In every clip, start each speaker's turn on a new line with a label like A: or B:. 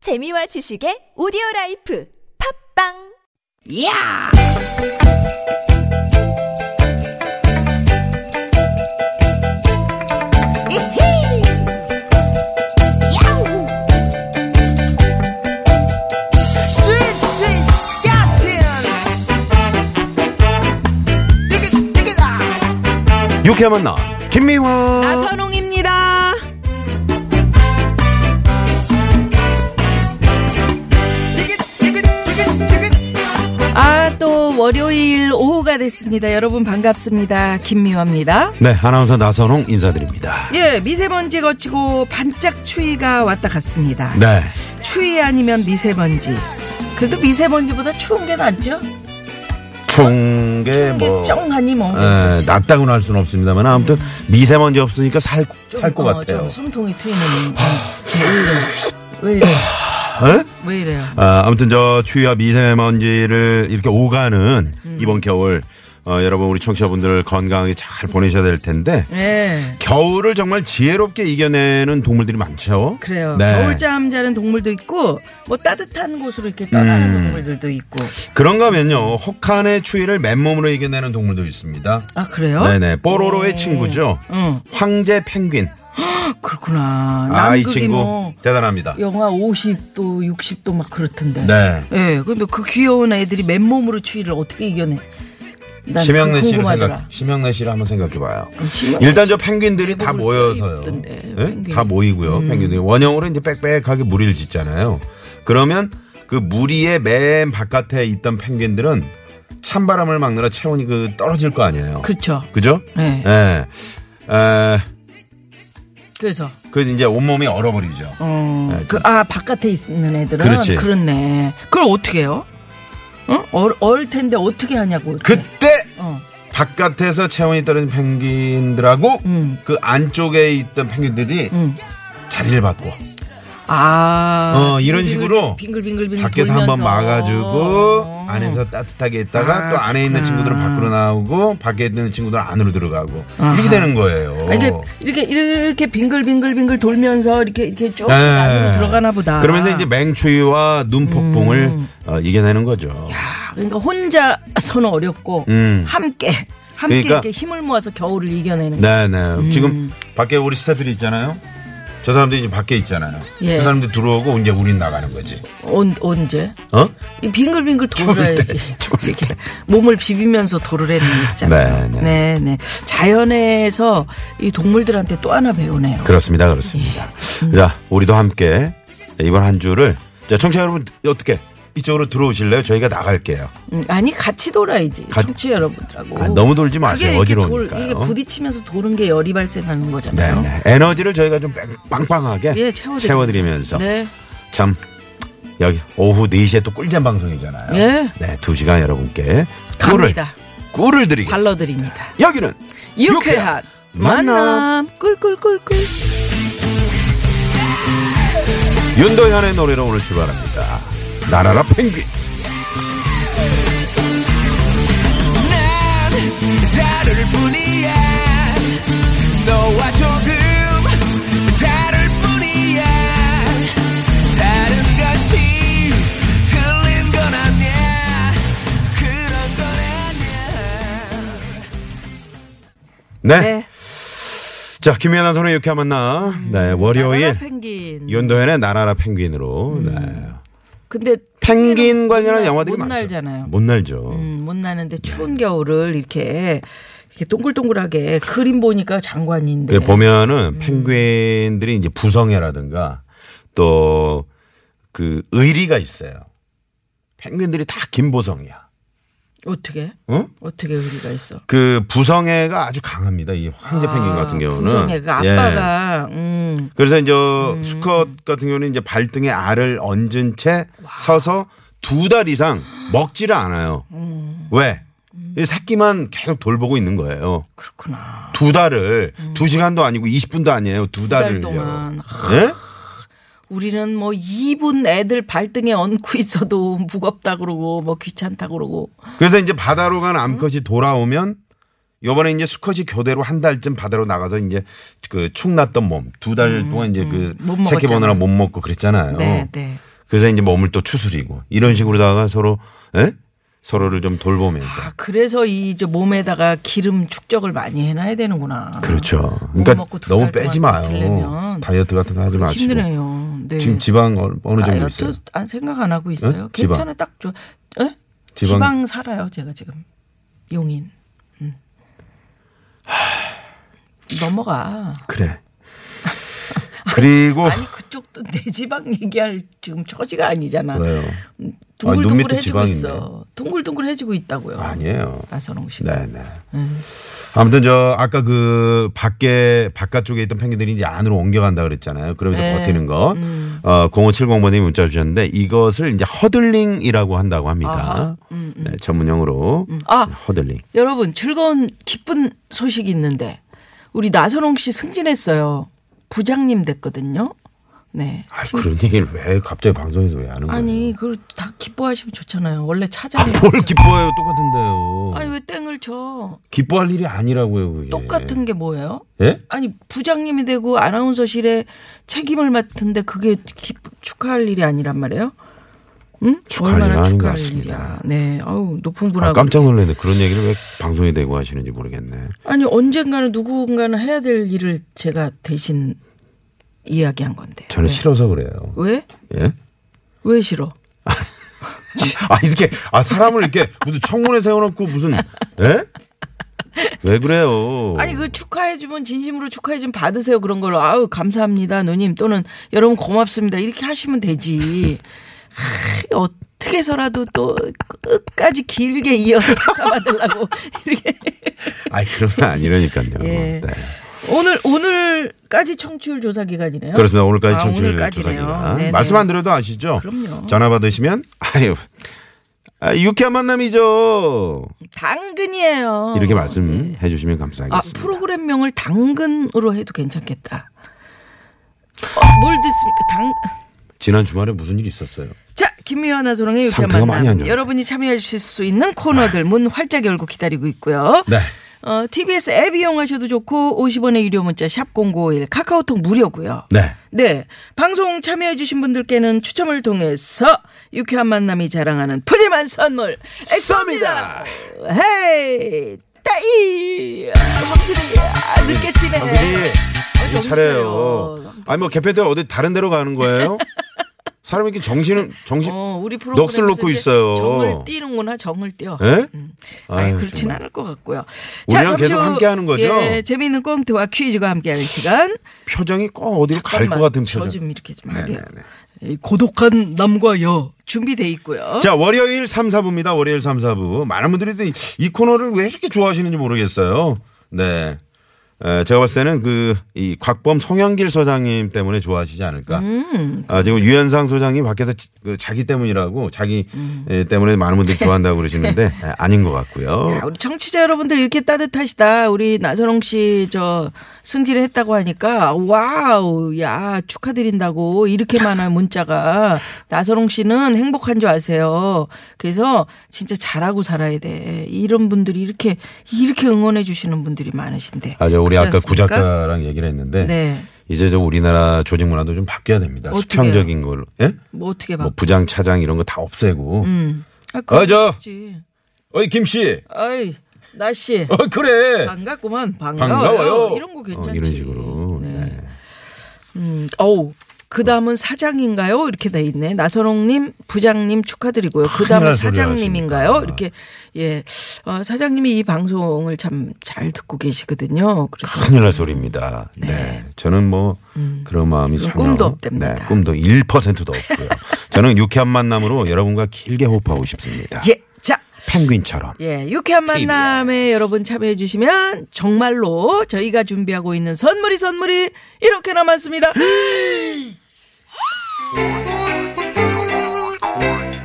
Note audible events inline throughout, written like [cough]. A: 재미와 지식의 오디오 라이프 팝빵
B: 야! 이히! 야우! 스윗, 스윗, 스카틴! 디귿, 디귿아!
C: 유쾌한 만남 김미화
D: 나선홍입니다.
B: 디귿, 디귿, 디귿, 디귿!
D: 아, 또 월요일 오후가 됐습니다. 여러분 반갑습니다. 김미화입니다.
C: 네 아나운서 나선홍 인사드립니다
D: 예, 미세먼지 거치고 반짝 추위가 왔다 갔습니다.
C: 네
D: 추위 아니면 미세먼지. 그래도 미세먼지보다 추운 게 낫죠?
C: 추운
D: 추운 게
C: 네, 게뭐 네,
D: 쩡하니 뭐. 그렇지.
C: 낫다고는 할 수는 없습니다만 아무튼 미세먼지 없으니까 살
D: 좀,
C: 살 것
D: 어,
C: 같아요
D: 좀 숨통이 트이는. 왜 이래요?
C: 에?
D: 왜 이래요?
C: 아, 아무튼 저 추위와 미세먼지를 이렇게 오가는
D: 음.
C: 이번 겨울 어, 여러분 우리 청취자분들 건강하게 잘 보내셔야 될 텐데
D: 예.
C: 겨울을 정말 지혜롭게 이겨내는 동물들이 많죠
D: 그래요.
C: 네.
D: 겨울잠 자는 동물도 있고, 뭐 따뜻한 곳으로 이렇게
C: 음.
D: 떠나는 동물들도 있고.
C: 그런가 하면요 혹한의 추위를 맨몸으로 이겨내는 동물도 있습니다
D: 아, 그래요?
C: 네네 뽀로로의 친구죠
D: 응.
C: 황제 펭귄
D: 그렇구나.
C: 아 이
D: 남극이
C: 친구
D: 뭐
C: 대단합니다.
D: 영하 50도, 60도 막 그렇던데.
C: 네.
D: 예, 근데 그 귀여운 애들이 맨몸으로 추위를 어떻게 이겨내? 난
C: 심형래
D: 그거
C: 씨를
D: 궁금하더라. 음,
C: 생각, 심형래 씨를 한번 생각해봐요.
D: 심형-
C: 일단 저 펭귄들이 다
D: 얼굴이
C: 모여서요.
D: 예쁘던데,
C: 예?
D: 펭귄. 음.
C: 다 모이고요. 펭귄들이 원형으로 이제 빽빽하게 무리를 짓잖아요. 그러면 그 무리의 맨 바깥에 있던 펭귄들은 찬바람을 막느라 체온이 그 떨어질 거 아니에요.
D: 그쵸.
C: 그죠?
D: 네.
C: 예. 에,
D: 그래서,
C: 그 이제 온몸이 얼어버리죠.
D: 어, 그, 아, 바깥에 있는 애들은.
C: 네. 그렇지.
D: 렇네 그걸 어떻게 해요? 어? 얼, 얼 텐데 어떻게 하냐고. 이렇게.
C: 그때
D: 어.
C: 바깥에서 체온이 떨어진 펭귄들하고
D: 음.
C: 그 안쪽에 있던 펭귄들이
D: 음.
C: 자리를 바꿔
D: 아.
C: 어, 이런
D: 빙글빙글,
C: 식으로
D: 빙글빙글빙글
C: 밖에서 한번
D: 돌면서.
C: 막아주고
D: 어.
C: 안에서 따뜻하게 있다가
D: 아,
C: 또 안에 있는
D: 그렇구나.
C: 친구들은 밖으로 나오고 밖에 있는 친구들은 안으로 들어가고
D: 아하.
C: 이렇게 되는 거예요.
D: 아, 이게 이렇게 이렇게 빙글빙글빙글 돌면서 이렇게 이렇게 쭉
C: 네.
D: 안으로 들어가나 보다. 음.
C: 그러면서 이제 맹추위와 눈폭풍을 어, 이겨내는 거죠.
D: 야, 그러니까 혼자서는 어렵고
C: 음.
D: 함께 함께
C: 그러니까-
D: 이렇게 힘을 모아서 겨울을 이겨내는.
C: 네네.
D: 음.
C: 지금 밖에 우리 스태프들이 있잖아요. 저 사람들이 이제 밖에 있잖아요.
D: 예.
C: 그 사람들이 들어오고 이제 우린 나가는 거지.
D: 언, 언제?
C: 어?
D: 이 빙글빙글
C: 추울 때,
D: 돌아야지. 이렇게 몸을 비비면서 돌을 해는 거 있잖아요.
C: 네, 네.
D: 네, 네. 자연에서 이 동물들한테 또 하나 배우네요.
C: 그렇습니다. 그렇습니다.
D: 예.
C: 자, 우리도 함께 이번 한 주를 자, 청취자 여러분 어떻게 이쪽으로 들어오실래요? 저희가 나갈게요.
D: 음, 아니 같이 돌아야지.
C: 같이-
D: 청취 자 여러분들하고.
C: 아, 너무 돌지
D: 그게
C: 마세요.
D: 이렇게
C: 어지러우니까.
D: 돌, 이게 부딪히면서 도는 게 열이 발생하는
C: 네,
D: 거잖아요.
C: 네. 에너지를 저희가 좀 뺑- 빵빵하게
D: 예, 채워드리-
C: 채워드리면서
D: 네.
C: 참 여기 오후 4시에 또 꿀잼 방송이잖아요.
D: 예.
C: 네, 2시간 여러분께 꿀을
D: 갑니다.
C: 꿀을 드리겠습니다.
D: 발라드립니다.
C: 여기는
D: 유쾌한 만남. 꿀꿀꿀꿀.
C: 윤도현의 노래로 오늘 출발합니다. 나라라 펭귄.
B: 난 다를 뿐이야. 너와 조금 다를 뿐이야. 다른 것이 틀린 건 아니야. 그런 건 아니야.
C: 네. 자, 김연아 선의 유쾌한 만나. 네, 월요일
D: 음, 나라라 펭귄.
C: 윤도현의 나라라 펭귄으로. 네.
D: 근데
C: 펭귄 관련한
D: 음. 못
C: 영화들이 많죠.
D: 날- 못 날잖아요.
C: 못 날죠.
D: 음, 못 나는데 추운 겨울을 이렇게 이렇게 동글동글하게 그림 보니까 장관인데.
C: 그
D: 음.
C: 보면은 펭귄들이 이제 부성애라든가 또 그 의리가 있어요. 펭귄들이 다 김보성이야.
D: 어떻게?
C: 응?
D: 어떻게 우리가 있어?
C: 그 부성애가 아주 강합니다. 이 황제 펭귄 같은 경우는.
D: 부성애가
C: 예.
D: 아, 그 아빠가 음.
C: 그래서 이제 수컷 같은 경우는 이제 발등에 알을 얹은 채 서서 두 달 이상 먹지를 않아요.
D: 음.
C: 왜? 이 새끼만 계속 돌보고 있는 거예요.
D: 그렇구나.
C: 두 달을 두 시간도 아니고 20분도 아니에요. 두
D: 음. 달
C: 달을.
D: 동안.
C: 예?
D: 우리는 뭐 2분 애들 발등에 얹고 있어도 무겁다 그러고 뭐 귀찮다 그러고
C: 그래서 이제 바다로 간 암컷이 돌아오면 요번에 이제 수컷이 교대로 한 달쯤 바다로 나가서 이제 그 축났던 몸 두 달 동안 이제 그
D: 못
C: 새끼
D: 음, 먹었잖아요.
C: 보느라 못 먹고 그랬잖아요.
D: 네, 네.
C: 그래서 이제 몸을 또 추스리고 이런 식으로다가 서로 에? 서로를 좀 돌보면서
D: 아, 그래서 이 저 몸에다가 기름 축적을 많이 해놔야 되는구나.
C: 그렇죠.
D: 못
C: 그러니까
D: 먹고 두
C: 너무
D: 달 동안
C: 빼지 마요.
D: 버틸려면
C: 다이어트 같은 거 하지 마시고
D: 힘드네요. 네.
C: 지금 지방 어- 어느 정도 있어요?
D: 다이어트 안 아, 생각 안 하고 있어요.
C: 응? 지방.
D: 괜찮아 딱 좋아. 에?
C: 지방.
D: 지방. 살아요 제가 지금 용인. 음. 넘어가.
C: 그래. 그리고
D: [laughs] 아니 그쪽도 내 지방 얘기할 지금 처지가 아니잖아.
C: 왜요?
D: 음,
C: 아니, 눈 밑에
D: 둥글둥글해지고
C: 지방이네.
D: 있어. 둥글둥글해지고 있다고요.
C: 아니에요.
D: 나선홍 씨. 가
C: 네네.
D: 음.
C: 아무튼 저 아까 그 밖에 바깥쪽에 있던 펭귄들이 이제 안으로 옮겨간다 그랬잖아요. 그러면서
D: 네.
C: 버티는 거. 어 0570번님이 문자 주셨는데 이것을 이제 허들링이라고 한다고 합니다. 네, 전문용어로
D: 음,
C: 네,
D: 아.
C: 허들링.
D: 여러분 즐거운 기쁜 소식이 있는데 우리 나선홍 씨 승진했어요. 부장님 됐거든요. 네.
C: 아 그런 얘기를 왜 갑자기 방송에서 왜 하는 거예요?
D: 아니 그걸 다 기뻐하시면 좋잖아요. 원래 차장이
C: 네. 아뭘 기뻐해요? 똑같은데요.
D: 아니 왜 땡을 쳐?
C: 기뻐할 일이 아니라고요 그게.
D: 똑같은 게 뭐예요?
C: 예?
D: 아니 부장님이 되고 아나운서실에 책임을 맡은데 그게 기, 축하할 일이 아니란 말이에요? 응?
C: 축하할 일은
D: 얼마나
C: 아닌 것
D: 축하할
C: 같습니다.
D: 일이야. 네. 아우 높은 분하고
C: 아, 깜짝 놀랐네. 그런 얘기를 왜 방송에 대고 하시는지 모르겠네.
D: 아니 언젠가는 누군가는 해야 될 일을 제가 대신 이야기한 건데.
C: 저는 싫어서 그래요.
D: 왜?
C: 예?
D: 왜 싫어?
C: 아 이렇게 아 사람을 이렇게 무슨 청문회 세워놓고 무슨 예? 왜 그래요?
D: 아니 그 축하해 주면 진심으로 축하해 주면 받으세요 그런 걸로 아우 감사합니다 누님 또는 여러분 고맙습니다 이렇게 하시면 되지. 하, 어떻게 해서라도 또 끝까지 길게 이어서 축하받으려고 [laughs] 이렇게
C: 아이, 그러면 아니라니까요.
D: 예.
C: 네.
D: 오늘 오늘까지 청취율 조사 기간이네요.
C: 그렇습니다. 오늘까지
D: 아,
C: 청취율
D: 오늘까지네요.
C: 조사기간
D: 네네.
C: 말씀 안 드려도 아시죠?
D: 그럼요.
C: 전화 받으시면 아유 아, 유쾌한 만남이죠.
D: 어, 당근이에요.
C: 이렇게 말씀해 주시면 감사하겠습니다.
D: 아 프로그램명을 당근으로 해도 괜찮겠다. 어, 뭘 듣습니까? 당
C: 지난 주말에 무슨 일이 있었어요?
D: 자, 김미화나 소랑의 유쾌한
C: 상태가 많이 안
D: 만남.
C: 좋네.
D: 여러분이 참여하실 수 있는 코너들 문 활짝 열고 기다리고 있고요.
C: 네.
D: 어, TBS 앱 이용하셔도 좋고 50원의 유료 문자 샵 0951 카카오톡 무료고요.
C: 네.
D: 네. 방송 참여해 주신 분들께는 추첨을 통해서 유쾌한 만남이 자랑하는 푸짐한 선물 쏩니다. 헤이 따이 아, 황비리 아, 늦게 치네.
C: 황PD,
D: 정신 차려.
C: 차려요. 아니 뭐 개표 때 어디 다른 데로 가는
D: [laughs]
C: 거예요? 사람이 이렇게 정신은 정신
D: 어, 우리 프로그램에서
C: 넋을 놓고
D: 이제
C: 있어요.
D: 정을 띄는구나, 정을 띄어. 음.
C: 예?
D: 아니,
C: 아유,
D: 그렇진
C: 정말.
D: 않을 것 같고요.
C: 우리랑
D: 잠시
C: 계속
D: 후,
C: 함께하는 거죠?
D: 예, 재미있는 꽁트와 퀴즈가 함께하는 시간.
C: 표정이 꼭 어디로 갈 것
D: 잠깐만,
C: 같은 네.
D: 저
C: 표정.
D: 좀 이렇게 좀 하게. 이 고독한 남과 여 준비돼 있고요.
C: 자, 월요일 3, 4부입니다. 월요일 3, 4부. 많은 분들이 또 이- 이 코너를 왜 이렇게 좋아하시는지 모르겠어요. 네. 에, 제가 봤을 때는 그, 이 곽범 송영길 소장님 때문에 좋아하시지 않을까.
D: 음.
C: 아, 지금 유현상 소장이 밖에서 지- 그 자기 때문이라고 자기 에, 때문에 많은 분들이 좋아한다고
D: [laughs]
C: 그러시는데 에, 아닌 것 같고요.
D: 음. 야, 우리 청취자 여러분들 이렇게 따뜻하시다. 우리 나선홍 씨 저 승진을 했다고 하니까 와우 야 축하드린다고 이렇게 많아 문자가 나선홍 씨는 행복한 줄 아세요. 그래서 진짜 잘하고 살아야 돼. 이런 분들이 이렇게 이렇게 응원해 주시는 분들이 많으신데.
C: 아, 저 우리
D: 그렇지
C: 아까
D: 않습니까?
C: 구작가랑 얘기를 했는데
D: 네.
C: 이제 저 우리나라 조직 문화도 좀 바뀌어야 됩니다.
D: 어떻게
C: 수평적인 걸로. 예?
D: 뭐 어떻게 봐.
C: 뭐 부장, 차장 이런 거 다 없애고.
D: 아, 그거
C: 어, 저-
D: 쉽지.
C: 어이, 김씨.
D: 아이 나 씨.
C: 어, 그래.
D: 반갑구만 반가워요.
C: 반가워요.
D: 이런 거 괜찮지.
C: 어, 이런 식으로. 네.
D: 음, 어우. 그 다음은 사장인가요? 이렇게 돼 있네. 나선홍님, 부장님 축하드리고요. 그
C: 큰일
D: 다음은
C: 날 소리를
D: 사장님인가요?
C: 하십니다.
D: 이렇게, 예. 어, 사장님이 이 방송을 참 잘 듣고 계시거든요. 그래서.
C: 큰일 날 소리입니다. 네. 저는 뭐 그런 마음이 전혀
D: 꿈도 없답니다.
C: 네, 꿈도 1%도
D: [laughs]
C: 없고요. 저는 유쾌한 만남으로 여러분과 길게 호흡하고 싶습니다.
D: 예. 자,
C: 펭귄처럼.
D: 예. 유쾌한 만남에 여러분 참여해주시면 정말로 저희가 준비하고 있는 선물이 선물이 이렇게 남았습니다.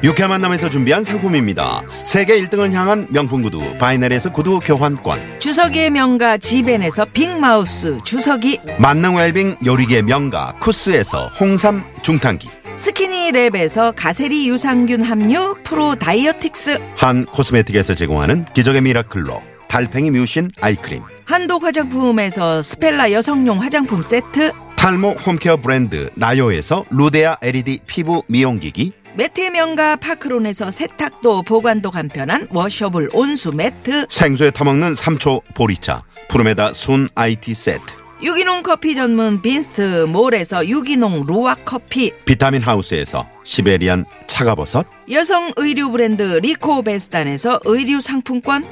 C: 유쾌한 만남에서 준비한 상품입니다. 세계 1등을 향한 명품 구두 바이넬에서 구두 교환권.
D: 주석이의 명가 지벤에서 빅마우스 주석이
C: 만능 웰빙 요리계 명가 쿠스에서 홍삼 중탕기.
D: 스키니랩에서 가세리 유산균 함유 프로 다이어틱스
C: 한 코스메틱에서 제공하는 기적의 미라클로 달팽이 뮤신 아이크림.
D: 한독 화장품에서 스펠라 여성용 화장품 세트
C: 탈모 홈케어 브랜드 나요에서 루데아 LED 피부 미용기기
D: 매트의 명가 파크론에서 세탁도 보관도 간편한 워셔블 온수 매트
C: 생수에 타먹는 삼초 보리차 푸르메다 순 IT 세트
D: 유기농 커피 전문 빈스트 몰에서 유기농 루아 커피
C: 비타민 하우스에서 시베리안 차가버섯
D: 여성 의류 브랜드 리코베스탄에서 의류 상품권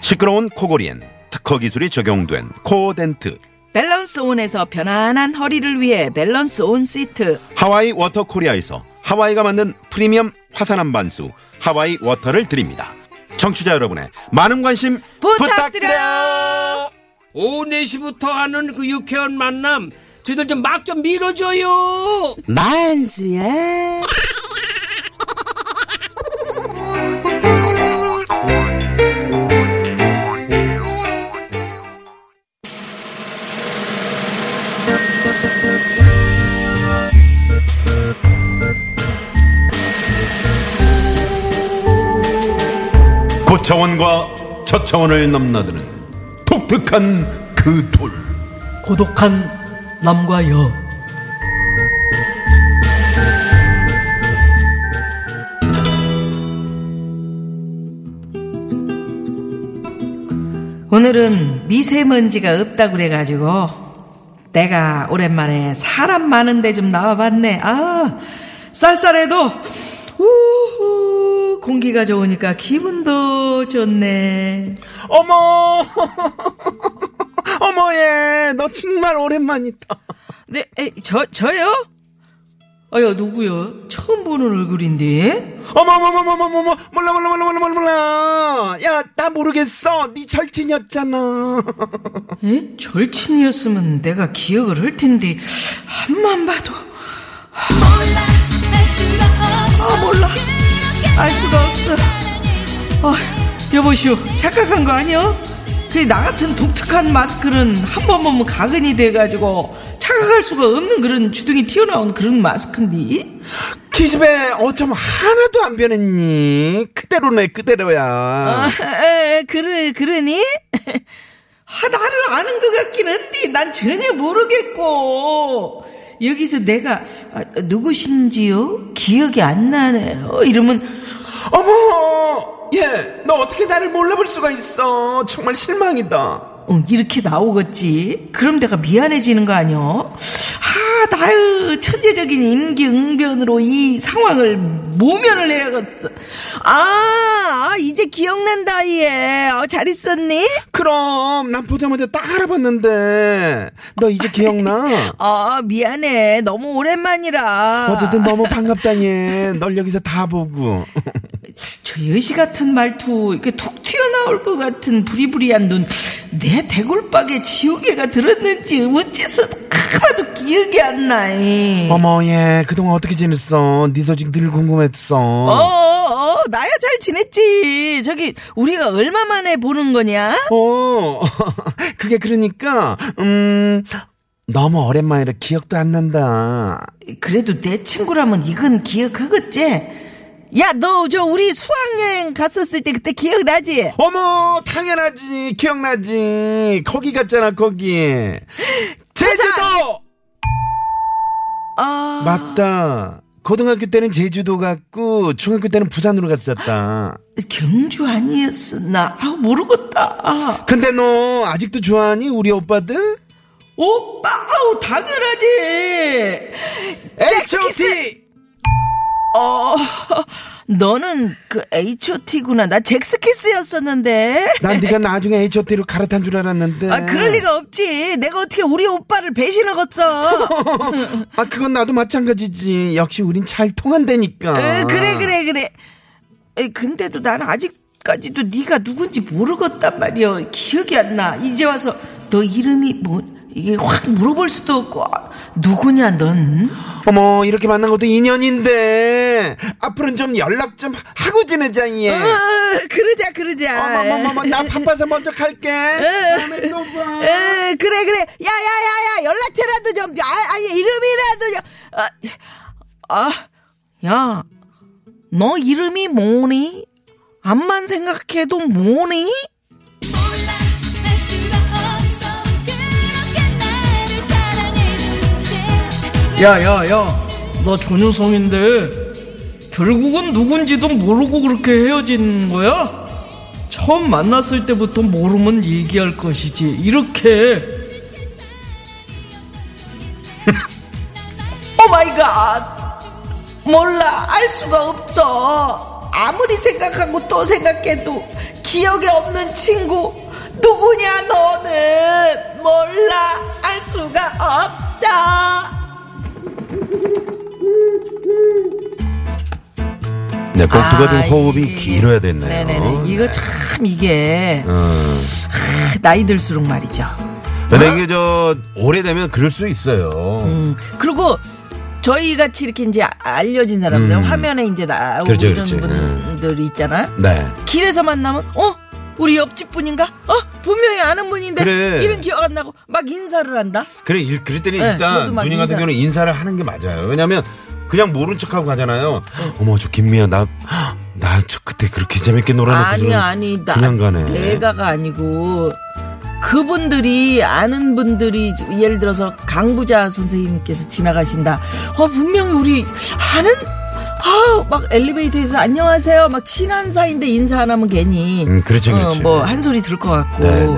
C: 시끄러운 코골이엔 특허 기술이 적용된 코어덴트
D: 밸런스 온에서 편안한 허리를 위해 밸런스 온 시트
C: 하와이 워터 코리아에서 하와이가 만든 프리미엄 화산 한반수 하와이 워터를 드립니다. 청취자 여러분의 많은 관심
D: 부탁드려요.
E: 오후 4시부터 하는 그 유쾌한 만남 저희들 좀 막 좀 밀어줘요
D: 만수야
C: 고차원과 저차원을 넘나드는 독특한 그 돌.
F: 고독한 남과 여
D: 오늘은 미세먼지가 없다고 그래가지고 내가 오랜만에 사람 많은데 좀 나와봤네 아 쌀쌀해도 우후 공기가 좋으니까 기분도 좋네
C: 어머, [laughs] 어머 얘, 너 정말 오랜만이다.
D: 네, 에, 저, 저요? 아야, 누구야? 처음 보는 얼굴인데?
C: 어머, 어머, 어머, 어머, 어머, 몰라, 몰라, 몰라, 몰라, 몰라, 몰라. 야, 나 모르겠어. 네 절친이었잖아. [laughs]
D: 에? 절친이었으면 내가 기억을 할 텐데, 한만 봐도. 아, 몰라. 알 수가 없어. 아, 여보시오. 착각한 거 아니야? 그래, 나 같은 독특한 마스크는 한 번 보면 가근이 돼가지고 착각할 수가 없는 그런 주둥이 튀어나온 그런 마스크인데?
C: 기집애 어쩜 하나도 안 변했니? 그대로네 그대로야.
D: 아, 에, 그래, 그러니? [laughs] 아, 나를 아는 것 같긴 한데, 난 전혀 모르겠고. 여기서 내가, 아, 누구신지요? 기억이 안 나네요. 이러면,
C: 어머, 얘, 너 어떻게 나를 몰라볼 수가 있어? 정말 실망이다.
D: 어, 이렇게 나오겠지. 그럼 내가 미안해지는 거 아니야? 아, 나의 천재적인 임기응변으로 이 상황을 모면을 해야겠어. 아, 아, 이제 기억난다, 얘. 어, 잘 있었니?
C: 그럼 난 보자마자 딱 알아봤는데 너 이제
D: [laughs]
C: 기억나?
D: 아, 미안해. 너무 오랜만이라.
C: 어쨌든 너무 반갑다니. 널 여기서 다 보고.
D: 저 여시 같은 말투, 이렇게 툭 튀어나올 것 같은 부리부리한 눈, 내 대골박에 지우개가 들었는지 어째서 아마도 기억이 안 나이.
C: 어머 얘, 그동안 어떻게 지냈어? 네 소식 늘 궁금했어.
D: 어, 어, 어, 나야 잘 지냈지. 저기 우리가 얼마 만에 보는 거냐?
C: 어, [laughs] 그게 그러니까, 음, 너무 오랜만이라 기억도 안 난다.
D: 그래도 내 친구라면 이건 기억하겠지. 야, 너 저 우리 수학여행 갔었을 때 그때 기억나지?
C: 어머, 당연하지. 기억나지. 거기 갔잖아,
D: [laughs]
C: 거기. 제주도!
D: 아,
C: 맞다. 고등학교 때는 제주도 갔고, 중학교 때는 부산으로 갔었다.
D: 경주 아니었나? 아, 모르겠다. 아.
C: 근데 너 아직도 좋아하니? 우리 오빠들?
D: 오빠, 아우, 당연하지.
C: H.O.T!
D: 어, 너는 그 H.O.T.구나. 나 잭스키스였었는데.
C: 난 네가 나중에 H.O.T.로 갈아탄 줄 알았는데.
D: 아, 그럴 리가 없지. 내가 어떻게 우리 오빠를 배신하겠어.
C: 아, 그건 나도 마찬가지지. 역시 우린 잘 통한다니까.
D: 에, 그래, 그래, 그래. 에, 근데도 난 아직까지도 네가 누군지 모르겠단 말이야. 기억이 안 나. 이제 와서 너 이름이 뭐, 이게 확 물어볼 수도 없고. 아, 누구냐, 넌?
C: 어머, 이렇게 만난 것도 인연인데. 앞으로는 좀 연락 좀 하고 지내자, 얘.
D: 어, 그러자, 그러자.
C: 어머머머머 나 바빠서 먼저 갈게. 다음에 또 봐.
D: 에, 그래 그래 야야야야 연락처라도 좀 아, 아니 이름이라도 어, 좀아야너 이름이 뭐니 암만 생각해도 뭐니
G: 몰라 알 수가 없어 그렇게 나를 사랑해줘
F: 야야야 나 전유성인데 결국은 누군지도 모르고 그렇게 헤어진 거야? 처음 만났을 때부터 모르면 얘기할 것이지 이렇게
G: 오 마이 갓. Oh 몰라. 알 수가 없어. 아무리 생각하고 또 생각해도 기억에 없는 친구. 누구냐, 너는? 몰라. 알 수가 없다.
C: 네, 꼭 누가 좀
D: 아,
C: 호흡이
D: 이게-
C: 길어야 됐네요.
D: 네네네. 이거 참 이게
C: 어.
D: 크, 나이 들수록 말이죠.
C: 근데 이게 저 오래되면 그럴 수 있어요.
D: 음. 그리고 저희 같이 이렇게 이제 알려진 사람들
C: 음.
D: 화면에 이제 나오는
C: 그렇죠, 그렇죠.
D: 분들이 있잖아.
C: 네.
D: 길에서 만나면 어 우리 옆집 분인가? 어 분명히 아는 분인데
C: 그래.
D: 이름 기억 안 나고 막 인사를 한다.
C: 그래, 일, 그럴 때는
D: 네,
C: 일단
D: 저도 막
C: 누님 같은
D: 인사-
C: 경우는 인사를 하는 게 맞아요. 왜냐면 그냥 모른 척하고 가잖아요. 어머, 저 김미야, 나, 나 저 그때 그렇게 재밌게 놀아놓고 저는
D: 아니야 아니 나
C: 그냥 가네.
D: 내가가 아니고 그분들이 아는 분들이 예를 들어서 강부자 선생님께서 지나가신다. 어 분명히 우리 아는 아막 엘리베이터에서 안녕하세요 막 친한 사이인데 인사 안 하면 괜히
C: 음, 그렇죠, 그렇죠.
D: 뭐 한 소리 들 것 같고
C: 네, 네.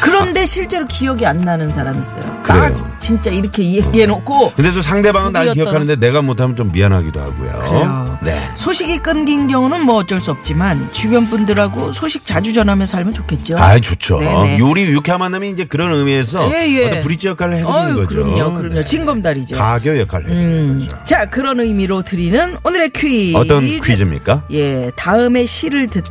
D: 그런데 실제로 기억이 안 나는 사람 있어요.
C: 그래요. 어.
D: 나 진짜 이렇게 얘기해 놓고
C: 근데 또 상대방은 날
D: 누구였더라?
C: 기억하는데 내가 못하면 좀 미안하기도 하고요.
D: 그래요.
C: 네.
D: 소식이 끊긴 경우는 뭐 어쩔 수 없지만 주변 분들하고 소식 자주 전하며 살면 좋겠죠.
C: 아, 좋죠.
D: 네네.
C: 요리 유쾌한 만남이 이제 그런 의미에서
D: 예, 예.
C: 어떤 브릿지 역할을 네, 해주는
D: 어유,
C: 거죠.
D: 그럼요, 그럼요.
C: 네.
D: 징검다리죠.
C: 가교 역할을 해주는
D: 음.
C: 거죠.
D: 자, 그런 의미로 드리는 오늘의 퀴즈.
C: 어떤 퀴즈입니까?
D: 예, 다음에 시를 듣고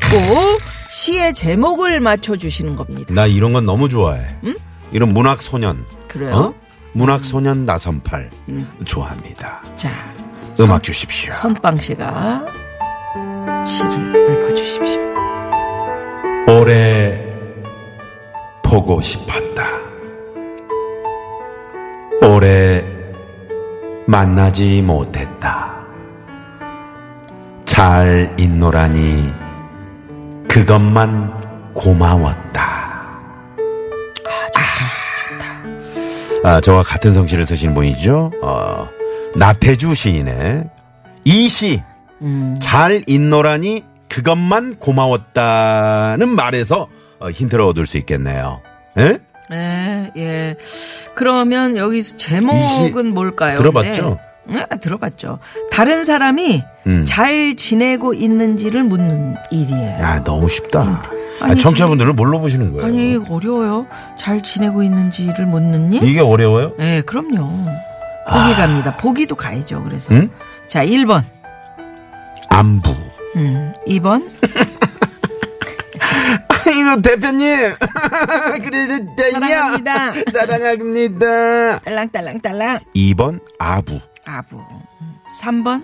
D: 시의 제목을 맞춰주시는 겁니다.
C: 나 이런 건 너무 좋아해.
D: 음?
C: 이런 문학 소년.
D: 그래요? 음.
C: 어? 문학 소년 나선팔 좋아합니다.
D: 자,
C: 음악 주십시오.
D: 선빵 씨가 시를 읊어주십시오.
C: 오래 보고 싶었다. 오래 만나지 못했다. 잘 있노라니 그것만 고마웠다. 아, 아, 저와 같은 성씨를 쓰신 분이죠. 어, 나태주 시인의 이시 잘 있노라니 그것만 고마웠다는 말에서 어, 힌트를 얻을 수 있겠네요. 예?
D: 예, 예. 그러면 여기서 제목은 뭘까요?
C: 들어봤죠?
D: 네. 네, 들어봤죠. 다른 사람이
C: 음.
D: 잘 지내고 있는지를 묻는 일이에요.
C: 야 너무 쉽다. 아,
D: 아니,
C: 청취자분들은 뭘로 보시는 거예요?
D: 아니 어려워요. 잘 지내고 있는지를 묻는 일?
C: 이게 어려워요?
D: 예, 그럼요. 보기 갑니다. 보기도 가야죠. 그래서
C: 응?
D: 자, 1번. [laughs]
C: 안부.
D: 음, 2번.
C: 이거 대표님. [laughs] 그래서 [laughs]
D: 사랑합니다.
C: 사랑합니다.
D: 딸랑딸랑딸랑.
C: 2번 아부.
D: 아부. 3번.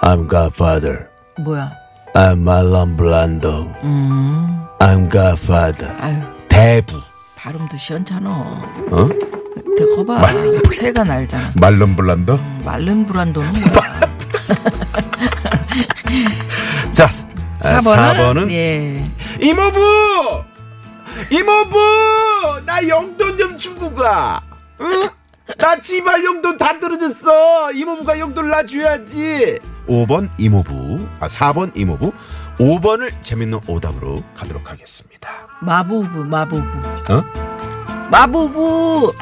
H: I'm Godfather.
D: 뭐야?
H: I'm Marlon Brando.
D: 음.
H: I'm Godfather.
D: 아유,
C: 대부.
D: 발음도 시원찮아.
C: 어?
D: 그때 거봐. 새가 날잖아.
C: 말론 블란더.
D: 말른 브란도는 뭐야?
C: 자,
D: 4번은,
C: 4번은
D: 예.
C: 이모부! 이모부! 나 용돈 좀 주고 가. 응? 나 지발 용돈 다 떨어졌어. 이모부가 용돈 나 줘야지. 5번 이모부. 아, 4번 이모부. 5번을 재밌는 오답으로 가도록 하겠습니다.
D: 마부부, 마부부.
C: 어?
D: 마부부.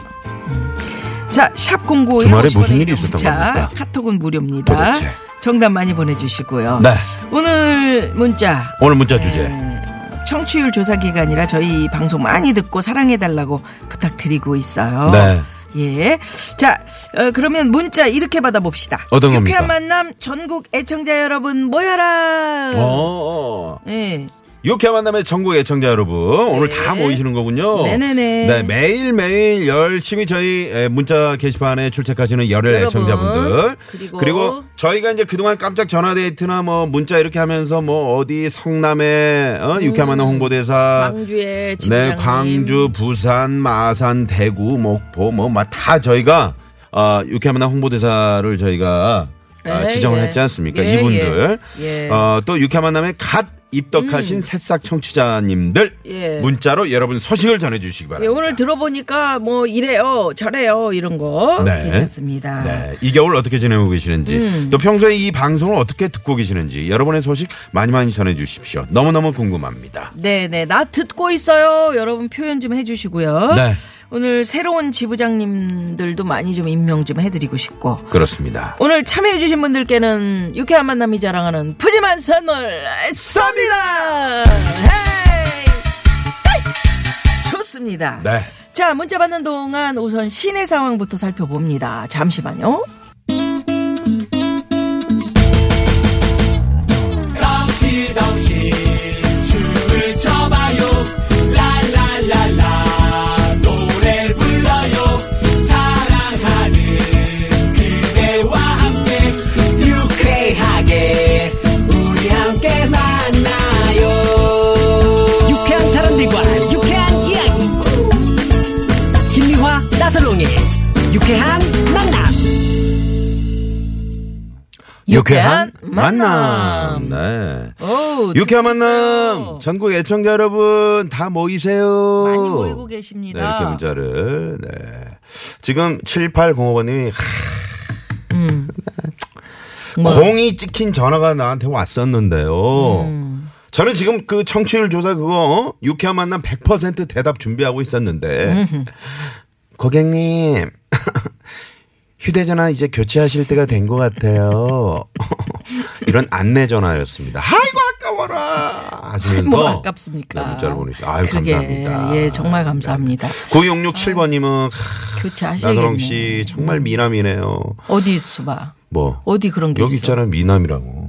D: 자, 샵 공고
C: 주말에 무슨 일이 있었던 겁니까?
D: 카톡은 무료입니다.
C: 도대체.
D: 정답 많이 보내주시고요.
C: 네.
D: 오늘 문자 음,
C: 오늘 문자 주제.
D: 네. 청취율 조사 기간이라 저희 방송 많이 듣고 사랑해달라고 부탁드리고 있어요.
C: 네.
D: 예. 자, 어, 그러면 문자 이렇게 받아봅시다.
C: 어떤 겁니까?
D: 유쾌한 만남 전국 애청자 여러분 모여라.
C: 어.
D: 예.
C: 유쾌한 만남의 전국 애청자 여러분 오늘 다 모이시는 거군요.
D: 네. 네네네.
C: 네, 매일매일 열심히 저희 에, 문자 게시판에 출첵하시는 열혈
D: 여러분,
C: 애청자분들
D: 그리고-
C: 저희가 이제 그동안 깜짝 전화 데이트나 뭐 문자 이렇게 하면서 뭐 어디 성남에 어, 유쾌한 만남
D: 음.
C: 홍보대사
D: 광주의
C: 네,
D: 집장님.
C: 광주, 부산, 마산, 대구, 목포 뭐 다 저희가 어, 유쾌한 만남 홍보대사를 저희가 어,
D: 예,
C: 지정을
D: 예.
C: 했지 않습니까?
D: 예,
C: 이분들
D: 예. 예.
C: 어, 또 유쾌한 만남의 갓 입덕하신 새싹 청취자님들
D: 예.
C: 문자로 여러분 소식을 전해주시기
D: 예,
C: 바랍니다.
D: 오늘 들어보니까 뭐 이래요, 저래요 이런 거
C: 네.
D: 괜찮습니다.
C: 네, 이 겨울 어떻게 지내고 계시는지
D: 음.
C: 또 평소에 이 방송을 어떻게 듣고 계시는지 여러분의 소식 많이 많이 전해주십시오. 너무너무 궁금합니다.
D: 네네. 나 듣고 있어요. 여러분 표현 좀 해주시고요.
C: 네.
D: 오늘 새로운 지부장님들도 많이 좀 임명 좀 해드리고 싶고.
C: 그렇습니다.
D: 오늘 참여해주신 분들께는 유쾌한 만남이 자랑하는 푸짐한 선물 쏩니다! 헤이! 헤이! 좋습니다.
C: 네.
D: 자, 문자 받는 동안 우선 시내 상황부터 살펴봅니다. 잠시만요.
I: 유쾌한 사람들과 유쾌한 이야기 김미화 나서롱의 유쾌한 만남
D: 유쾌한 만남. 어,
C: 네.
D: 오,
C: 유쾌한
D: 듣고
C: 만남!
D: 있어요.
C: 전국 애청자 여러분, 다 모이세요.
D: 많이 모이고
C: 네,
D: 계십니다.
C: 이렇게 문자를. 네. 지금 7805번님이,
D: 음.
C: 네.
D: 뭐.
C: 공이 찍힌 전화가 나한테 왔었는데요.
D: 음.
C: 저는 지금 그 청취율 조사 그거, 어? 유쾌한 만남 100% 대답 준비하고 있었는데,
D: 음.
C: 고객님, [laughs] 휴대전화 이제 교체하실 때가 된 것 같아요. [laughs] 이런 안내 전화였습니다. 아이고 아까워라 하시면서
D: 뭐 아깝습니까?
C: 네, 문자를 보내주. 아유
D: 그러게.
C: 감사합니다. 네,
D: 예, 정말 감사합니다.
C: 9667번님은
D: 교체하시겠네.
C: 나선홍 씨 정말 미남이네요.
D: 어디 있어봐.
C: 뭐
D: 어디 그런 게
C: 여기
D: 있어?
C: 있잖아 미남이라고.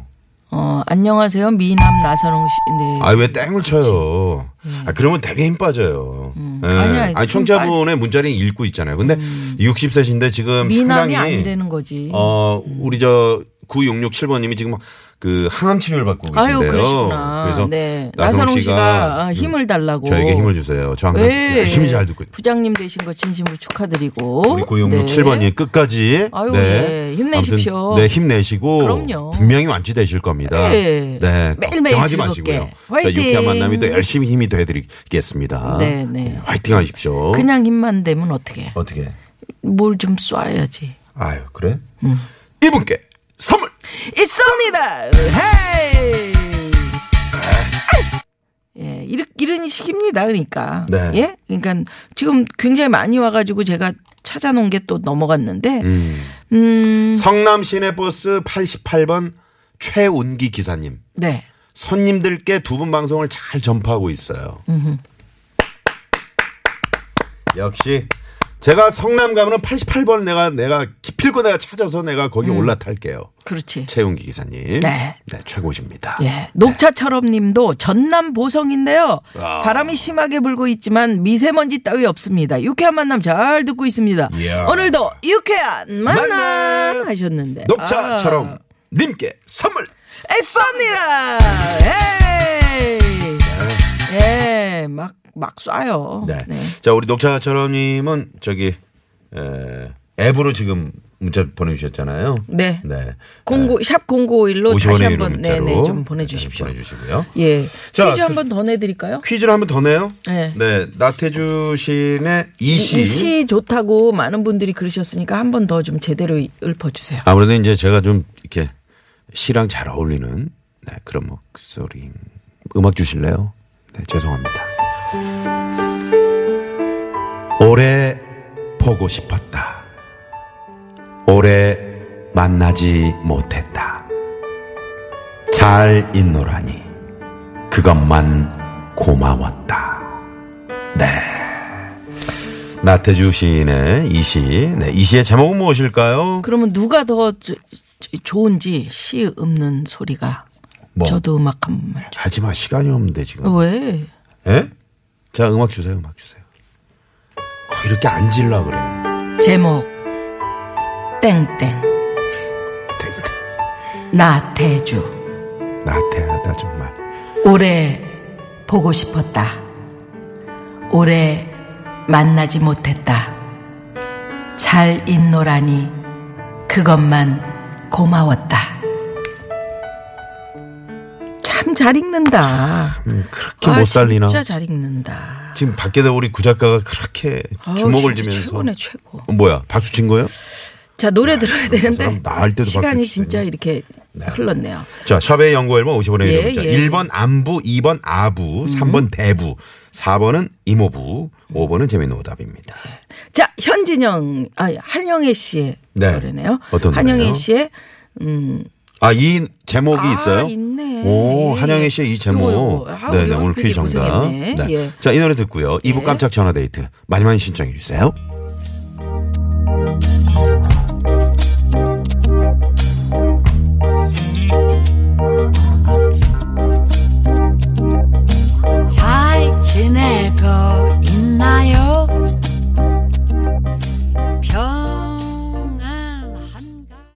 D: 어, 안녕하세요. 미남 나선홍 씨. 네.
C: 아 왜 땡을 쳐요? 아 그러면 되게 힘 빠져요. 예.
D: 음. 아니야,
C: 아니
D: 좀
C: 청자분의 문자를 읽고 있잖아요. 근데 60세신데 지금
D: 미남이
C: 상당히
D: 아니라는 거지.
C: 어, 우리 저 9667번님이 지금 그 항암 치료를 받고 계신데요.
D: 아유, 그러시구나.
C: 래서
D: 네.
C: 나선홍
D: 나선홍 씨가 아,
C: 음,
D: 힘을 달라고.
C: 저에게 힘을 주세요. 저 항상
D: 네.
C: 열심히 잘 듣고 있-
D: 부장님 되신 거 진심으로 축하드리고.
C: 우리 9667번님 끝까지
D: 어? 네. 아유, 예. 힘내십시오.
C: 아무튼, 네, 힘내시고
D: 그럼요.
C: 분명히 완치되실 겁니다.
D: 네. 매일매일
C: 걱정하지
D: 즐겁게.
C: 마시고요.
D: 화이팅.
C: 자, 유쾌한 만남이 또 열심히 힘이 돼 드리겠습니다.
D: 네, 네.
C: 화이팅 하십시오.
D: 그냥 힘만 되면 어떻게?
C: 어떻게?
D: 뭘 좀 쏴야지.
C: 아유, 그래?
D: 음.
C: 이분께 선물
D: 있습니다. 헤이. 예, 이런 이런 식입니다. 그러니까
C: 네.
D: 예, 그러니까 지금 굉장히 많이 와가지고 제가 찾아놓은 게 또 넘어갔는데, 음,
C: 성남 시내버스 88번 최운기 기사님.
D: 네,
C: 손님들께 두 분 방송을 잘 전파하고 있어요. 역시 제가 성남 가면은 88번 내가 내가 기필코 내가 찾아서 내가 거기 올라탈게요.
D: 그렇지.
C: 최용기 기사님.
D: 음. 네.
C: 최고십니다.
D: 예, 녹차처럼님도 전남 보성인데요.
C: 아.
D: 바람이 심하게 불고 있지만 미세먼지 따위 없습니다. 유쾌한 만남 잘 듣고 있습니다.
C: 이야.
D: 오늘도 유쾌한 만남,
C: 만남.
D: 하셨는데
C: 녹차처럼
D: 아,
C: 님께 선물.
D: 애쏩니다. 에이. 예, 막, 막 쏴요.
C: 네.
D: 네.
C: 자, 우리 녹차처럼 님은 저기 에, 앱으로 지금 문자 보내 주셨잖아요.
D: 네.
C: 네.
D: 공고 샵 0951로
C: 50원의
D: 다시
C: 유료
D: 한번
C: 문자로
D: 네네 좀 보내주십시오.
C: 보내 주시고요.
D: 예.
C: 자,
D: 퀴즈
C: 그-
D: 한 번 더 내드릴까요?
C: 퀴즈를 한 번 더 내요.
D: 네.
C: 나태주 시인의 이시.
D: 이 시 좋다고 많은 분들이 그러셨으니까 한 번 더 좀 제대로 읊어주세요.
C: 아무래도 이제 제가 좀 이렇게 시랑 잘 어울리는 네, 그런 목소리. 음악 주실래요? 네, 죄송합니다. 오래 보고 싶었다. 오래 만나지 못했다. 잘 있노라니. 그것만 고마웠다. 네. 나태주 시인의 이 시. 네, 이 시의 제목은 무엇일까요?
D: 그러면 누가 더 저- 저- 좋은지 시 읊는 소리가
C: 뭐?
D: 그, 저도 음악 한 번만 줘.
C: 하지 마 시간이 없는데
D: 어.
C: 지금.
D: 왜?
C: 예? 자 음악 주세요 음악 주세요. 아, 이렇게 앉으려 그래.
D: 제목 땡땡
C: 땡땡.
D: 나태주
C: 나태하다 정말.
D: 오래 보고 싶었다. 오래 만나지 못했다. 잘 있노라니 그것만 고마웠다. 참 참 잘 읽는다. 아,
C: 그렇게 못 살리나.
D: 진짜 잘 읽는다.
C: 지금 밖에서 우리 구 작가가 그렇게
D: 아우,
C: 주목을
D: 진짜
C: 지면서
D: 최고네, 최고.
C: 어, 뭐야 박수 친 거예요?
D: 자 노래 들어야 되는데
C: 아, 그 사람 나을 때도
D: 시간이
C: 바뀌었지.
D: 진짜 이렇게 흘렀네요.
C: 자, 샵의 연구 앨범 50원의
D: 아, 예,
C: 유료 문자.
D: 예. 음.
C: 1번 안부, 2번 아부, 3번 대부, 4번은 이모부, 5번은 재미있는 오답입니다.
D: 자 현진영 아 한영애 씨의
C: 네.
D: 노래네요.
C: 어떤
D: 한영애
C: 노래요?
D: 씨의 음
C: 아, 이 제목이
D: 아,
C: 있어요?
D: 있네.
C: 오,
D: 예,
C: 한양혜
D: 예.
C: 씨의 이 제목.
D: 요거, 요거. 아,
C: 네,
D: 우리
C: 네, 오늘
D: 홈페이지
C: 퀴즈 정답.
D: 고생했네.
C: 네.
D: 예.
C: 자, 이 노래 듣고요. 2부 깜짝 전화데이트. 많이 많이 신청해주세요.